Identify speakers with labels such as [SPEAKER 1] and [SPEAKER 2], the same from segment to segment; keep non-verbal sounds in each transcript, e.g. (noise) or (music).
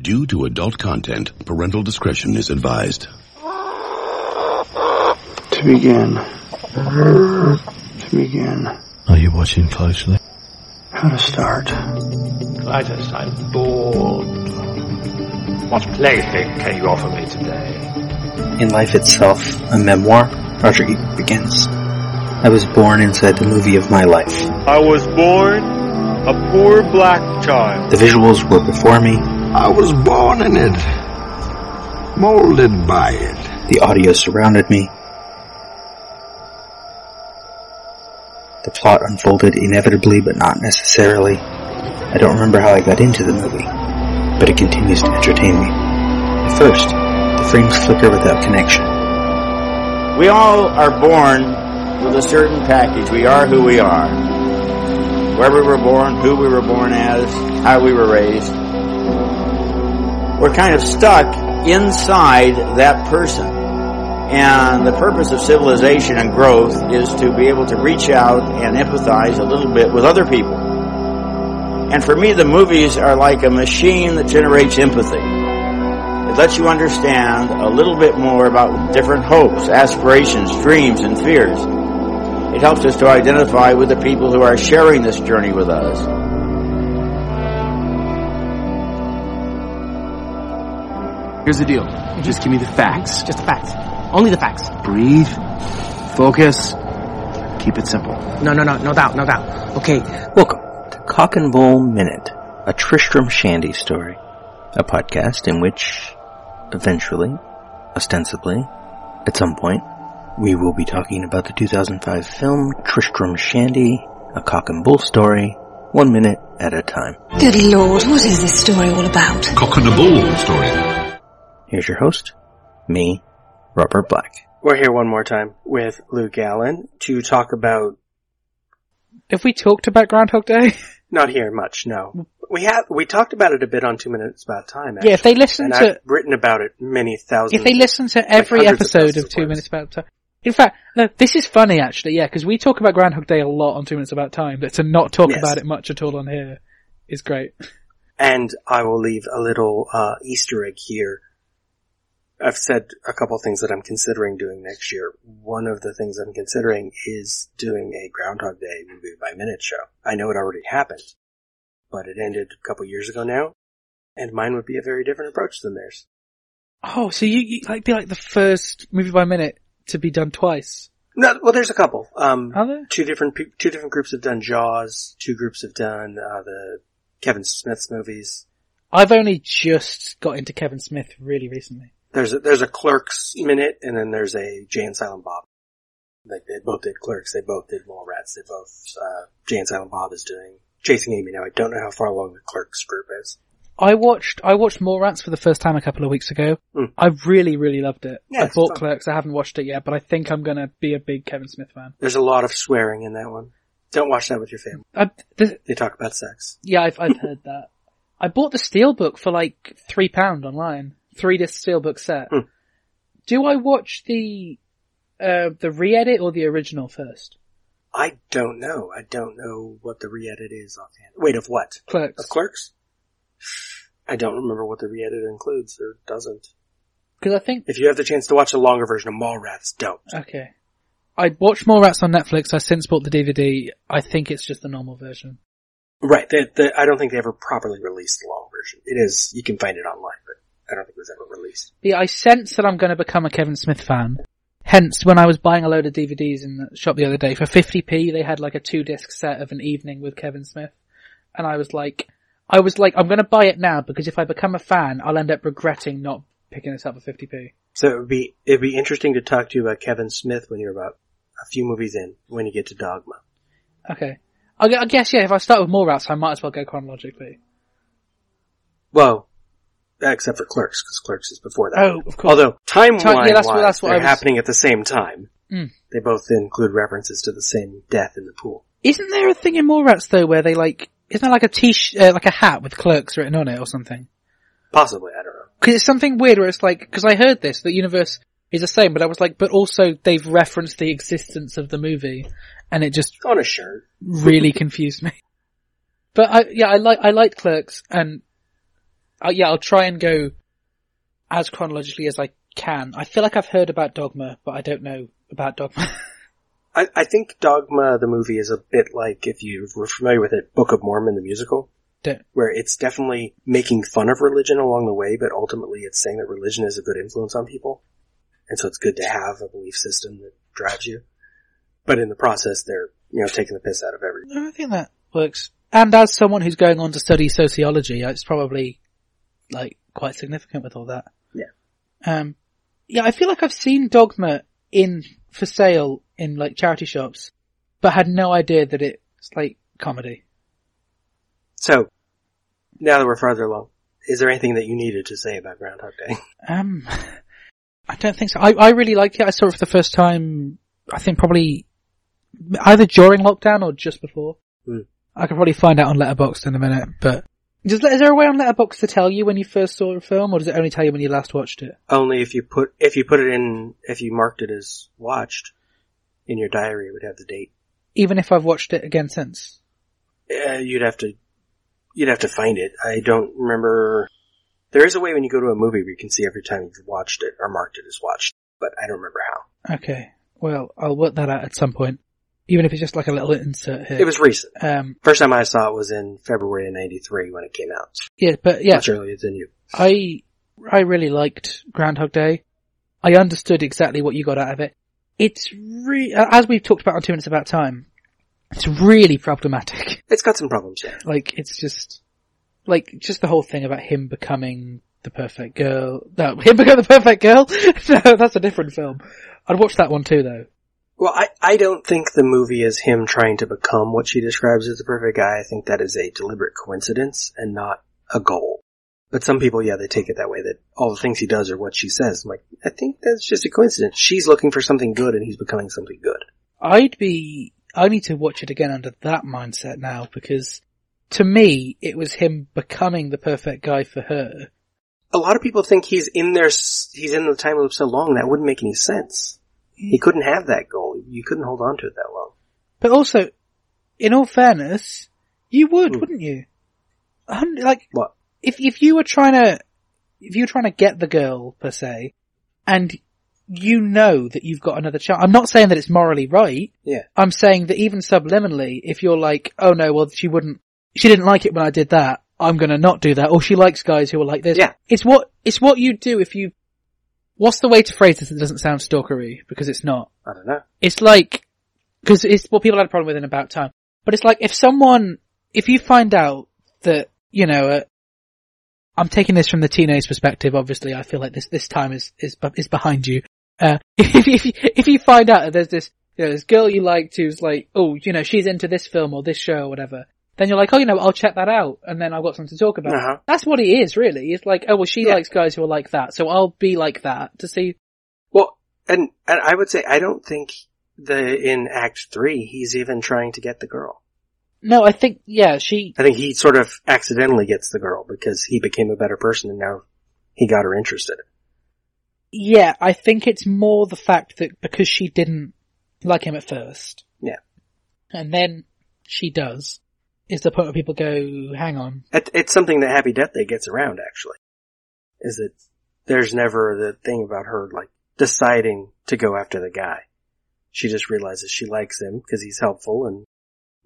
[SPEAKER 1] Due to adult content, parental discretion is advised.
[SPEAKER 2] To begin. To begin.
[SPEAKER 3] Are you watching closely?
[SPEAKER 2] How to start.
[SPEAKER 4] I just, I'm bored. What plaything can you offer me today?
[SPEAKER 5] In Life Itself, a memoir, Roger Ebert begins. I was born inside the movie of my life.
[SPEAKER 6] I was born a poor black child.
[SPEAKER 5] The visuals were before me,
[SPEAKER 7] I was born in it, molded by it.
[SPEAKER 5] the audio surrounded me. The plot unfolded inevitably but not necessarily. I don't remember how I got into the movie, but it continues to entertain me. At first, the frames flicker without connection.
[SPEAKER 8] We all are born with a certain package. We are who we are. Where we were born, who we were born as, how we were raised. We're kind of stuck inside that person. And the purpose of civilization and growth is to be able to reach out and empathize a little bit with other people. And for me, the movies are like a machine that generates empathy. It lets you understand a little bit more about different hopes, aspirations, dreams, and fears. It helps us to identify with the people who are sharing this journey with us.
[SPEAKER 9] Here's the deal. Just give me the facts. Just the facts. Only the facts. Breathe. Focus. Keep it simple. No, no, no, no doubt, no doubt. Okay.
[SPEAKER 5] Welcome to Cock and Bull Minute, a Tristram Shandy story, a podcast in which, eventually, ostensibly, at some point, we will be talking about the 2005 film Tristram Shandy, a cock and bull story, one minute at a time.
[SPEAKER 10] Good lord, what is this story all about?
[SPEAKER 1] Cock and a bull story.
[SPEAKER 5] Here's your host, me, Robert Black.
[SPEAKER 11] We're here one more time with Luke Allen to talk about
[SPEAKER 12] Have we talked about Groundhog Day?
[SPEAKER 11] not here much. No, we have we talked about it a bit on Two Minutes About Time. Actually,
[SPEAKER 12] Yeah, if they listen
[SPEAKER 11] and
[SPEAKER 12] to
[SPEAKER 11] I've written about it many thousands.
[SPEAKER 12] if they listen to every
[SPEAKER 11] hundreds of
[SPEAKER 12] episode
[SPEAKER 11] thousands
[SPEAKER 12] of
[SPEAKER 11] of
[SPEAKER 12] Two
[SPEAKER 11] words.
[SPEAKER 12] Minutes About Time. In fact, no, this is funny actually, yeah, because we talk about Groundhog Day a lot on Two Minutes About Time, but to not talk
[SPEAKER 11] Yes.
[SPEAKER 12] about it much at all on here is great.
[SPEAKER 11] And I will leave a little uh, Easter egg here. I've said a couple things that I'm considering doing next year. One of the things I'm considering is doing a Groundhog Day movie by minute show. I know it already happened, but it ended a couple years ago now, and mine would be a very different approach than theirs.
[SPEAKER 12] Oh, so you, you like be like the first movie by minute to be done twice.
[SPEAKER 11] No, well, there's a couple. Um,
[SPEAKER 12] Are there?
[SPEAKER 11] two different pe- two different groups have done Jaws. Two groups have done uh, the Kevin Smith's movies.
[SPEAKER 12] I've only just got into Kevin Smith really recently.
[SPEAKER 11] There's a, there's a Clerks minute, and then there's a Jay and Silent Bob. Like they both did Clerks, they both did Mallrats, they both uh, Jay and Silent Bob is doing Chasing Amy now. I don't know how far along the Clerks group is.
[SPEAKER 12] I watched I watched Mallrats for the first time a couple of weeks ago.
[SPEAKER 11] Hmm.
[SPEAKER 12] I really really loved it.
[SPEAKER 11] Yeah,
[SPEAKER 12] I
[SPEAKER 11] it's
[SPEAKER 12] bought
[SPEAKER 11] fun.
[SPEAKER 12] Clerks. I haven't watched it yet, but I think I'm gonna be a big Kevin Smith fan.
[SPEAKER 11] There's a lot of swearing in that one. Don't watch that with your family.
[SPEAKER 12] I, the,
[SPEAKER 11] They talk about sex.
[SPEAKER 12] yeah, I've I've heard that. I bought the steelbook for like three pound online, three disc steelbook set.
[SPEAKER 11] Hmm.
[SPEAKER 12] Do I watch the uh, the re-edit or the original first?
[SPEAKER 11] I don't know. I don't know what the re-edit is offhand. Wait, of what?
[SPEAKER 12] Clerks,
[SPEAKER 11] Of Clerks? I don't remember what the re-edit includes or doesn't.
[SPEAKER 12] because I think
[SPEAKER 11] If you have the chance to watch a longer version of Mallrats, don't.
[SPEAKER 12] okay. I watched Mallrats on Netflix. I since bought the DVD. I think it's just the normal version.
[SPEAKER 11] Right. The, the, I don't think they ever properly released the long version. It is, you can find it online, but I don't think it was ever released.
[SPEAKER 12] Yeah, I sense that I'm going to become a Kevin Smith fan. Hence, when I was buying a load of DVDs in the shop the other day for 50p, they had like a two disc set of an evening with Kevin Smith, and I was like, I was like, I'm going to buy it now because if I become a fan, I'll end up regretting not picking this up for 50p.
[SPEAKER 11] So it would be, it'd be interesting to talk to you about Kevin Smith when you're about a few movies in, when you get to Dogma.
[SPEAKER 12] Okay, I, gu- I guess yeah. If I start with more routes, I might as well go chronologically.
[SPEAKER 11] Well, except for Clerks, because Clerks is before that.
[SPEAKER 12] Oh, of course.
[SPEAKER 11] Although, time
[SPEAKER 12] Time-
[SPEAKER 11] wise,
[SPEAKER 12] yeah, that's what- that's what
[SPEAKER 11] they're
[SPEAKER 12] I was-
[SPEAKER 11] happening at the same time.
[SPEAKER 12] Mm.
[SPEAKER 11] They both include references to the same death in the pool.
[SPEAKER 12] Isn't there a thing in more routes though where they like, isn't there like a t sh- uh, like a hat with clerks written on it or something?
[SPEAKER 11] Possibly, I don't know.
[SPEAKER 12] Because it's something weird where it's like, because I heard this, the universe is the same, but I was like, but also they've referenced the existence of the movie, and it just
[SPEAKER 11] On a shirt.
[SPEAKER 12] really confused me. But I, yeah, I like, I liked Clerks, and uh, yeah, I'll try and go as chronologically as I can. I feel like I've heard about Dogma, but I don't know about Dogma. (laughs)
[SPEAKER 11] I, I think Dogma, the movie, is a bit like, if you were familiar with it, Book of Mormon, the musical.
[SPEAKER 12] Don't-
[SPEAKER 11] Where it's definitely making fun of religion along the way, but ultimately it's saying that religion is a good influence on people. And so it's good to have a belief system that drives you. But in the process, they're, you know, taking the piss out of everything.
[SPEAKER 12] No, I think that works. And as someone who's going on to study sociology, uh, it's probably like quite significant with all that.
[SPEAKER 11] Yeah.
[SPEAKER 12] Um, yeah, I feel like I've seen Dogma in for sale in like charity shops, but had no idea that it's like comedy.
[SPEAKER 11] So, now that we're farther along, is there anything that you needed to say about Groundhog Day?
[SPEAKER 12] Um, I don't think so. I, I really liked it. I saw it for the first time, I think probably either during lockdown or just before.
[SPEAKER 11] Hmm.
[SPEAKER 12] I could probably find out on Letterboxd in a minute, but does, is there a way on Letterboxd to tell you when you first saw a film, or does it only tell you when you last watched it?
[SPEAKER 11] (laughs) Only if you put if you put it in if you marked it as watched in your diary, it would have the date.
[SPEAKER 12] Even if I've watched it again since?
[SPEAKER 11] Uh, you'd have to you'd have to find it. I don't remember. There is a way when you go to a movie where you can see every time you've watched it or marked it as watched, but I don't remember how.
[SPEAKER 12] Okay. Well, I'll work that out at some point. Even if it's just like a little insert here.
[SPEAKER 11] It was recent.
[SPEAKER 12] Um,
[SPEAKER 11] First time I saw it was in February of '93 when it came out.
[SPEAKER 12] yeah, but yeah,
[SPEAKER 11] much earlier than you.
[SPEAKER 12] I, I really liked Groundhog Day. I understood exactly what you got out of it. It's re- as we've talked about on Two Minutes About Time, it's really problematic. (laughs)
[SPEAKER 11] It's got some problems. Yeah.
[SPEAKER 12] Like, it's just, like, just the whole thing about him becoming the perfect girl. No, (laughs) him becoming the perfect girl? (laughs) no, that's a different film. I'd watch that one too though.
[SPEAKER 11] Well, I, I don't think the movie is him trying to become what she describes as the perfect guy. I think that is a deliberate coincidence and not a goal. But some people, yeah, they take it that way that all the things he does are what she says. I'm like, I think that's just a coincidence. She's looking for something good and he's becoming something good.
[SPEAKER 12] I'd be, I need to watch it again under that mindset now because to me, it was him becoming the perfect guy for her.
[SPEAKER 11] A lot of people think he's in there, s- he's in the time loop so long that wouldn't make any sense. He couldn't have that goal. You couldn't hold on to it that long.
[SPEAKER 12] But also, in all fairness, you would,
[SPEAKER 11] Hmm.
[SPEAKER 12] wouldn't you? A hun- Like,
[SPEAKER 11] What?
[SPEAKER 12] if, if you were trying to, if you were trying to get the girl, per se, and you know that you've got another chance, I'm not saying that it's morally right,
[SPEAKER 11] Yeah.
[SPEAKER 12] I'm saying that even subliminally, if you're like, oh no, well she wouldn't, she didn't like it when I did that, I'm gonna not do that, or she likes guys who are like this.
[SPEAKER 11] Yeah.
[SPEAKER 12] It's what, it's what you do if you, what's the way to phrase this that doesn't sound stalkery? Because it's not.
[SPEAKER 11] I don't know.
[SPEAKER 12] It's like, cause it's what people had a problem with in About Time. But it's like, if someone, if you find out that, you know, uh, I'm taking this from the teenage perspective, obviously, I feel like this, this time is, is, be- is behind you. Uh, (laughs) if, if, you- if you find out that there's this, you know, this girl you liked who's like, oh, you know, she's into this film or this show or whatever, then you're like, oh, you know, I'll check that out and then I've got something to talk about.
[SPEAKER 11] Uh-huh.
[SPEAKER 12] That's what he is, really. It's like, oh, well, she
[SPEAKER 11] Yeah.
[SPEAKER 12] likes guys who are like that, so I'll be like that to see
[SPEAKER 11] Well, and, and I would say I don't think the in Act Three he's even trying to get the girl.
[SPEAKER 12] No, I think yeah, she
[SPEAKER 11] I think he sort of accidentally gets the girl because he became a better person and now he got her interested.
[SPEAKER 12] yeah, I think it's more the fact that because she didn't like him at first.
[SPEAKER 11] Yeah.
[SPEAKER 12] And then she does. Is the point where people go, hang on.
[SPEAKER 11] It, it's something that Happy Death Day gets around actually. Is that there's never the thing about her like deciding to go after the guy. She just realizes she likes him because he's helpful and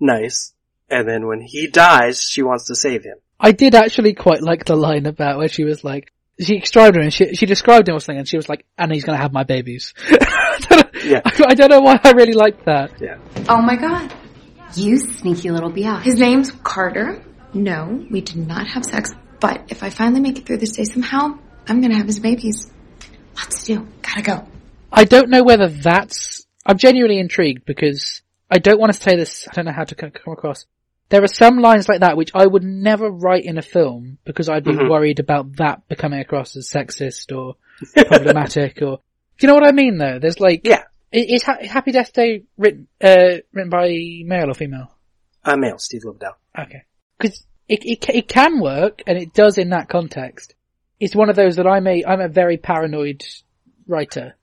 [SPEAKER 11] nice. And then when he dies, she wants to save him.
[SPEAKER 12] I did actually quite like the line about where she was like she described him and she she described him or something and she was like, and he's gonna have my babies. (laughs) I, don't know,
[SPEAKER 11] Yeah.
[SPEAKER 12] (laughs) I, I don't know why I really liked that.
[SPEAKER 11] Yeah.
[SPEAKER 10] Oh my god. You sneaky little biatch. His name's Carter. No, we did not have sex, but if I finally make it through this day somehow, I'm gonna have his babies. Lots to do. Gotta go.
[SPEAKER 12] I don't know whether that's. I'm genuinely intrigued because I don't want to say this. I don't know how to c- come across. There are some lines like that which I would never write in a film because I'd be
[SPEAKER 11] Mhm.
[SPEAKER 12] worried about that becoming across as sexist or problematic or. Do you know what I mean though? There's like.
[SPEAKER 11] Yeah.
[SPEAKER 12] I- Is ha- Happy Death Day written uh, written by male or female?
[SPEAKER 11] Uh, male, Steve Lobdell.
[SPEAKER 12] Okay. Because it, it ca- it can work, and it does in that context. It's one of those that I'm a I'm a very paranoid writer,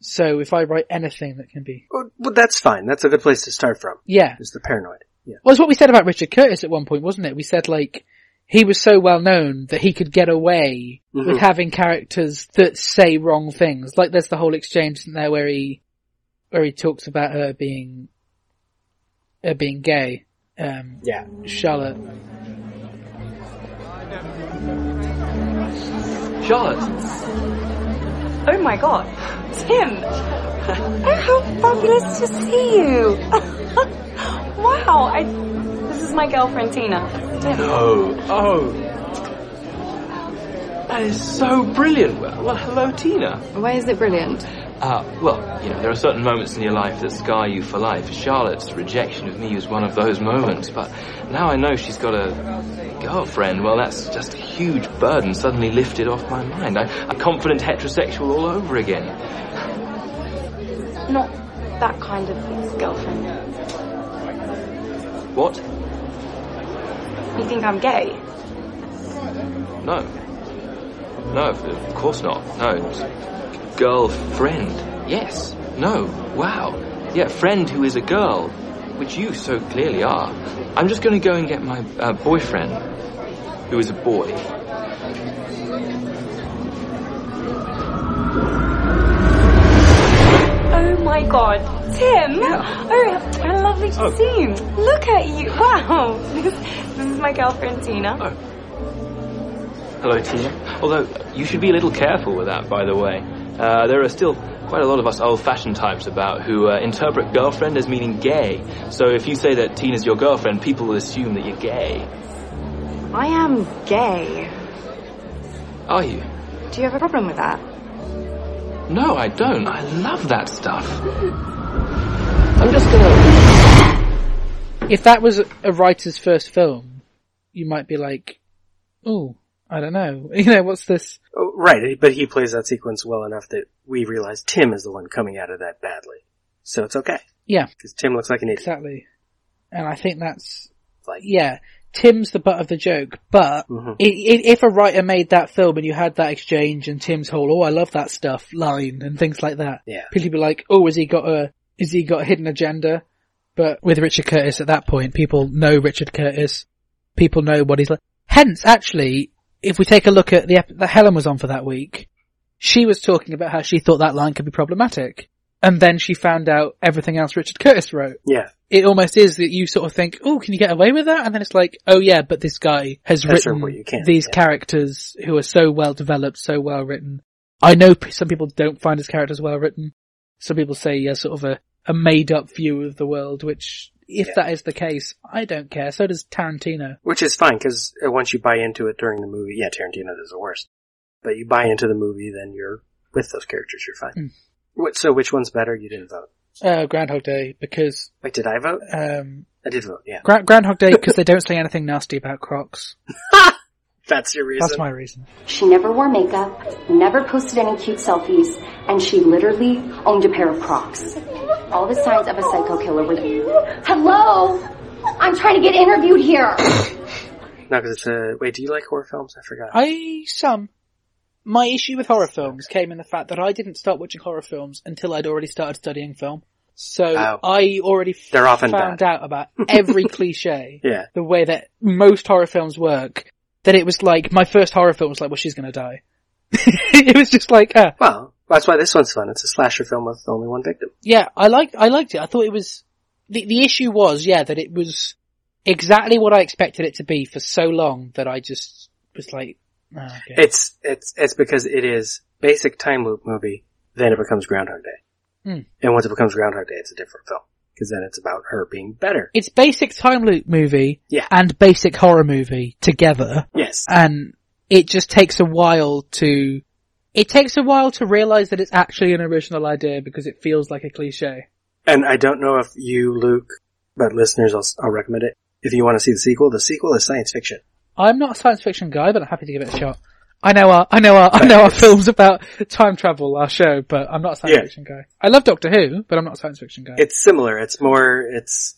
[SPEAKER 12] so if I write anything that can be
[SPEAKER 11] Well, Oh, well, that's fine. That's a good place to start from.
[SPEAKER 12] yeah,
[SPEAKER 11] Is the paranoid. Yeah.
[SPEAKER 12] well, it's what we said about Richard Curtis at one point, wasn't it? We said like he was so well known that he could get away
[SPEAKER 11] Mhm.
[SPEAKER 12] with having characters that say wrong things. Like there's the whole exchange in there where he, where he talks about her being, her being gay. Um,
[SPEAKER 11] yeah,
[SPEAKER 12] Charlotte.
[SPEAKER 13] Charlotte. Oh my god, Tim! Oh, how fabulous to see you! (laughs) wow, I, this is my girlfriend Tina. Tim.
[SPEAKER 14] No. Oh. That is so brilliant. Well, well hello, Tina.
[SPEAKER 13] Why is it brilliant?
[SPEAKER 14] Uh, well, you know, there are certain moments in your life that scar you for life. Charlotte's rejection of me was one of those moments, but now I know she's got a girlfriend. Well, that's just a huge burden suddenly lifted off my mind. I, I'm confident heterosexual all over again.
[SPEAKER 13] Not that kind of girlfriend.
[SPEAKER 14] What?
[SPEAKER 13] You think I'm gay?
[SPEAKER 14] No. No, of of course not. No. It's Girlfriend. Yes. No. Wow. Yeah, friend who is a girl, which you so clearly are. I'm just going to go and get my uh, boyfriend, who is a boy.
[SPEAKER 13] Oh my god, Tim! Oh, how lovely to see you. Look at you! (laughs) Wow, this, this is my girlfriend Tina.
[SPEAKER 14] Hello, Tina. Although, you should be a little careful with that, by the way. Uh, there are still quite a lot of us old fashioned types about who uh, interpret girlfriend as meaning gay. So if you say that Tina's your girlfriend, people will assume that you're gay.
[SPEAKER 13] I am gay.
[SPEAKER 14] Are you?
[SPEAKER 13] Do you have a problem with that?
[SPEAKER 14] No, I don't. I love that stuff. I'm just gonna.
[SPEAKER 12] If that was a writer's first film, you might be like, "Oh, I don't know. (laughs) You know, what's this?"
[SPEAKER 11] Oh, right. But he plays that sequence well enough that we realize Tim is the one coming out of that badly, so it's okay
[SPEAKER 12] Yeah,
[SPEAKER 11] because Tim looks like an idiot.
[SPEAKER 12] exactly. And I think that's yeah, Tim's the butt of the joke. But i
[SPEAKER 11] Mhm.
[SPEAKER 12] i if a writer made that film and you had that exchange and Tim's whole "Oh, I love that stuff" line and things like that,
[SPEAKER 11] Yeah.
[SPEAKER 12] people be like, "Oh, has he got a? Is he got a hidden agenda?" But with Richard Curtis at that point, people know Richard Curtis. People know what he's like. Hence, actually, if we take a look at the ep- that Helen was on for that week, she was talking about how she thought that line could be problematic, and then she found out everything else Richard Curtis wrote.
[SPEAKER 11] Yeah.
[SPEAKER 12] It almost is that you sort of think, "Oh, can you get away with that?" And then it's like, "Oh yeah, but this guy has
[SPEAKER 11] That's
[SPEAKER 12] written
[SPEAKER 11] what you can,
[SPEAKER 12] these characters who are so well developed, so well written." I know p- some people don't find his characters well written. Some people say he has sort of a, a made up view of the world, which, if
[SPEAKER 11] Yeah.
[SPEAKER 12] that is the case, I don't care. So does Tarantino.
[SPEAKER 11] Which is fine because once you buy into it during the movie, yeah, Tarantino does the worst. But you buy into the movie, then you're with those characters. You're fine.
[SPEAKER 12] Mm.
[SPEAKER 11] What, so which one's better? You didn't vote.
[SPEAKER 12] Uh, Groundhog Day because
[SPEAKER 11] Wait, did I vote?
[SPEAKER 12] um,
[SPEAKER 11] I did vote. Yeah,
[SPEAKER 12] Gra- Groundhog Day because they don't say anything nasty about Crocs.
[SPEAKER 11] that's your reason.
[SPEAKER 12] That's my reason.
[SPEAKER 15] She never wore makeup, never posted any cute selfies, and she literally owned a pair of Crocs. All the signs of a psycho killer were there. Hello? I'm trying to get interviewed here.
[SPEAKER 11] No, because it's a wait. Do you like horror films? I forgot.
[SPEAKER 12] I some my issue with horror films came in the fact that I didn't start watching horror films until I'd already started studying film. So
[SPEAKER 11] Oh.
[SPEAKER 12] I already f-
[SPEAKER 11] They're often
[SPEAKER 12] found out
[SPEAKER 11] (laughs)
[SPEAKER 12] about every cliche,
[SPEAKER 11] Yeah.
[SPEAKER 12] the way that most horror films work. That it was like my first horror film was like, well, she's gonna die. (laughs) it was just like, ah,
[SPEAKER 11] Well, that's why this one's fun. It's a slasher film with only one victim.
[SPEAKER 12] yeah, I liked I liked it. I thought it was the the issue was yeah that it was exactly what I expected it to be for so long that I just was like, ah, okay.
[SPEAKER 11] It's it's it's because it is basic time loop movie. Then it becomes Groundhog Day,
[SPEAKER 12] Hmm.
[SPEAKER 11] and once it becomes Groundhog Day, it's a different film because then it's about her being better.
[SPEAKER 12] It's basic time loop movie
[SPEAKER 11] Yeah.
[SPEAKER 12] and basic horror movie together.
[SPEAKER 11] Yes.
[SPEAKER 12] And it just takes a while to it takes a while to realize that it's actually an original idea because it feels like a cliche.
[SPEAKER 11] And I don't know if you, Luke, but listeners, I'll, I'll recommend it. If you want to see the sequel, the sequel is science fiction.
[SPEAKER 12] I'm not a science fiction guy, but I'm happy to give it a shot. I know our, I know our, I know our films about time travel, our show, but I'm not a science
[SPEAKER 11] Yeah.
[SPEAKER 12] fiction guy. I love Doctor Who, but I'm not a science fiction guy.
[SPEAKER 11] It's similar. It's more. It's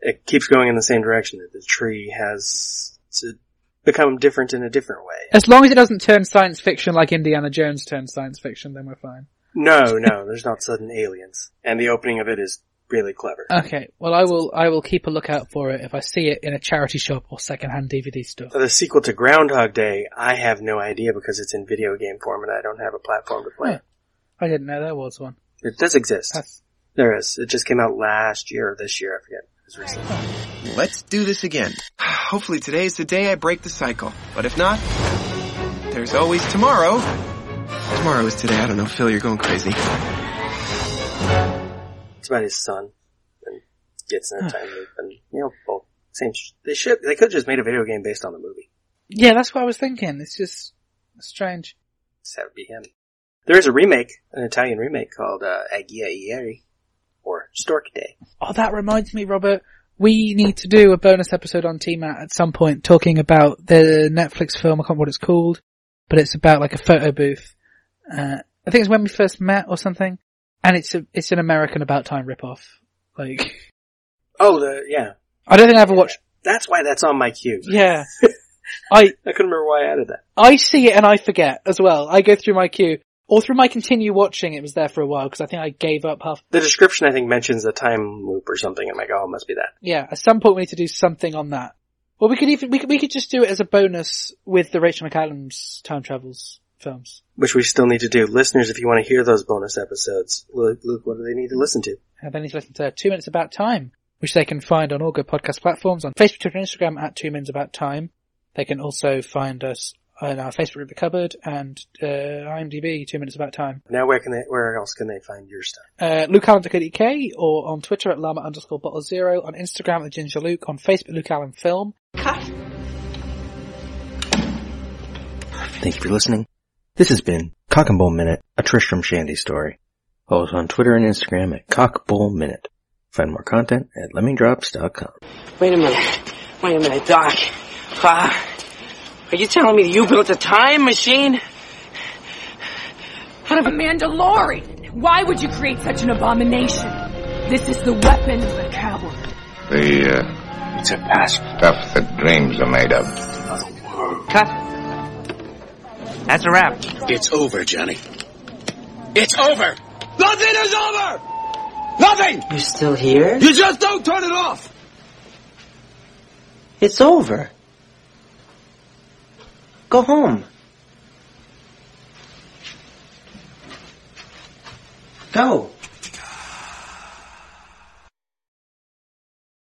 [SPEAKER 11] it keeps going in the same direction. The tree has to become different in a different way.
[SPEAKER 12] as long as it doesn't turn science fiction like Indiana Jones turned science fiction, then we're fine.
[SPEAKER 11] No, no, there's not sudden aliens, and the opening of it is really clever.
[SPEAKER 12] Okay, well I will I will keep a lookout for it if I see it in a charity shop or secondhand DVD store.
[SPEAKER 11] So the sequel to Groundhog Day, I have no idea because it's in video game form and I don't have a platform to play. it.
[SPEAKER 12] I didn't know there was one.
[SPEAKER 11] It does exist. There is. It just came out last year or this year. I forget.
[SPEAKER 16] Let's do this again. (sighs) Hopefully today is the day I break the cycle. But if not, there's always tomorrow. Tomorrow is today. I don't know, Phil, you're going crazy.
[SPEAKER 11] It's about his son and gets in a time loop and you know, well, same. Sh- they should. They could just made a video game based on the movie.
[SPEAKER 12] Yeah, that's what I was thinking. It's just strange.
[SPEAKER 11] So that would be him. There is a remake, an Italian remake called uh, Agia Ieri or Stork Day.
[SPEAKER 12] Oh, that reminds me, Robert. We need to do a bonus episode on TMAT at some point talking about the Netflix film. I can't remember what it's called, but it's about like a photo booth. Uh, I think it's when we first met or something. And it's a, it's an American About Time ripoff. Like, (laughs)
[SPEAKER 11] Oh, the yeah.
[SPEAKER 12] I don't think I ever watched.
[SPEAKER 11] That's why that's on my queue.
[SPEAKER 12] (laughs) Yeah. I
[SPEAKER 11] I couldn't remember why I added that.
[SPEAKER 12] I see it and I forget as well. I go through my queue or through my continue watching. It was there for a while because I think I gave up half.
[SPEAKER 11] The description I think mentions a time loop or something. I'm like, oh, it must be that.
[SPEAKER 12] Yeah, at some point we need to do something on that. Well, we could even we could we could just do it as a bonus with the Rachel McAdams time travels films.
[SPEAKER 11] Which we still need to do, listeners. If you want to hear those bonus episodes, Luke, Luke what do they need to listen to?
[SPEAKER 12] And they need to listen to Two Minutes About Time, which they can find on all good podcast platforms on Facebook, Twitter, and Instagram at Two Minutes About Time. They can also find us on our Facebook group, The Cupboard, and uh, IMDb, Two Minutes About Time.
[SPEAKER 11] Now, where can they? Where else can they find your stuff?
[SPEAKER 12] Uh, Luke Allen DK, or on Twitter at Llama underscore Bottle Zero, on Instagram at Ginger Luke, on Facebook Luke Allen Film.
[SPEAKER 5] Thank you for listening. This has been Cock and Bull Minute, a Tristram Shandy story. Follow us on Twitter and Instagram at Cock Bull Minute. Find more content at lemmingdrops.com.
[SPEAKER 17] Wait a minute. Wait a minute, Doc. Uh, are you telling me that you built a time machine?
[SPEAKER 18] Out of Amanda Laurie! Why would you create such an abomination? This is the weapon of the coward.
[SPEAKER 19] The, uh, it's a past stuff that dreams are made of.
[SPEAKER 17] Cut. That's a wrap.
[SPEAKER 20] It's over, Johnny. It's over! Nothing is over! Nothing!
[SPEAKER 17] You're still here?
[SPEAKER 20] You just don't turn it off!
[SPEAKER 17] It's over. Go home. Go.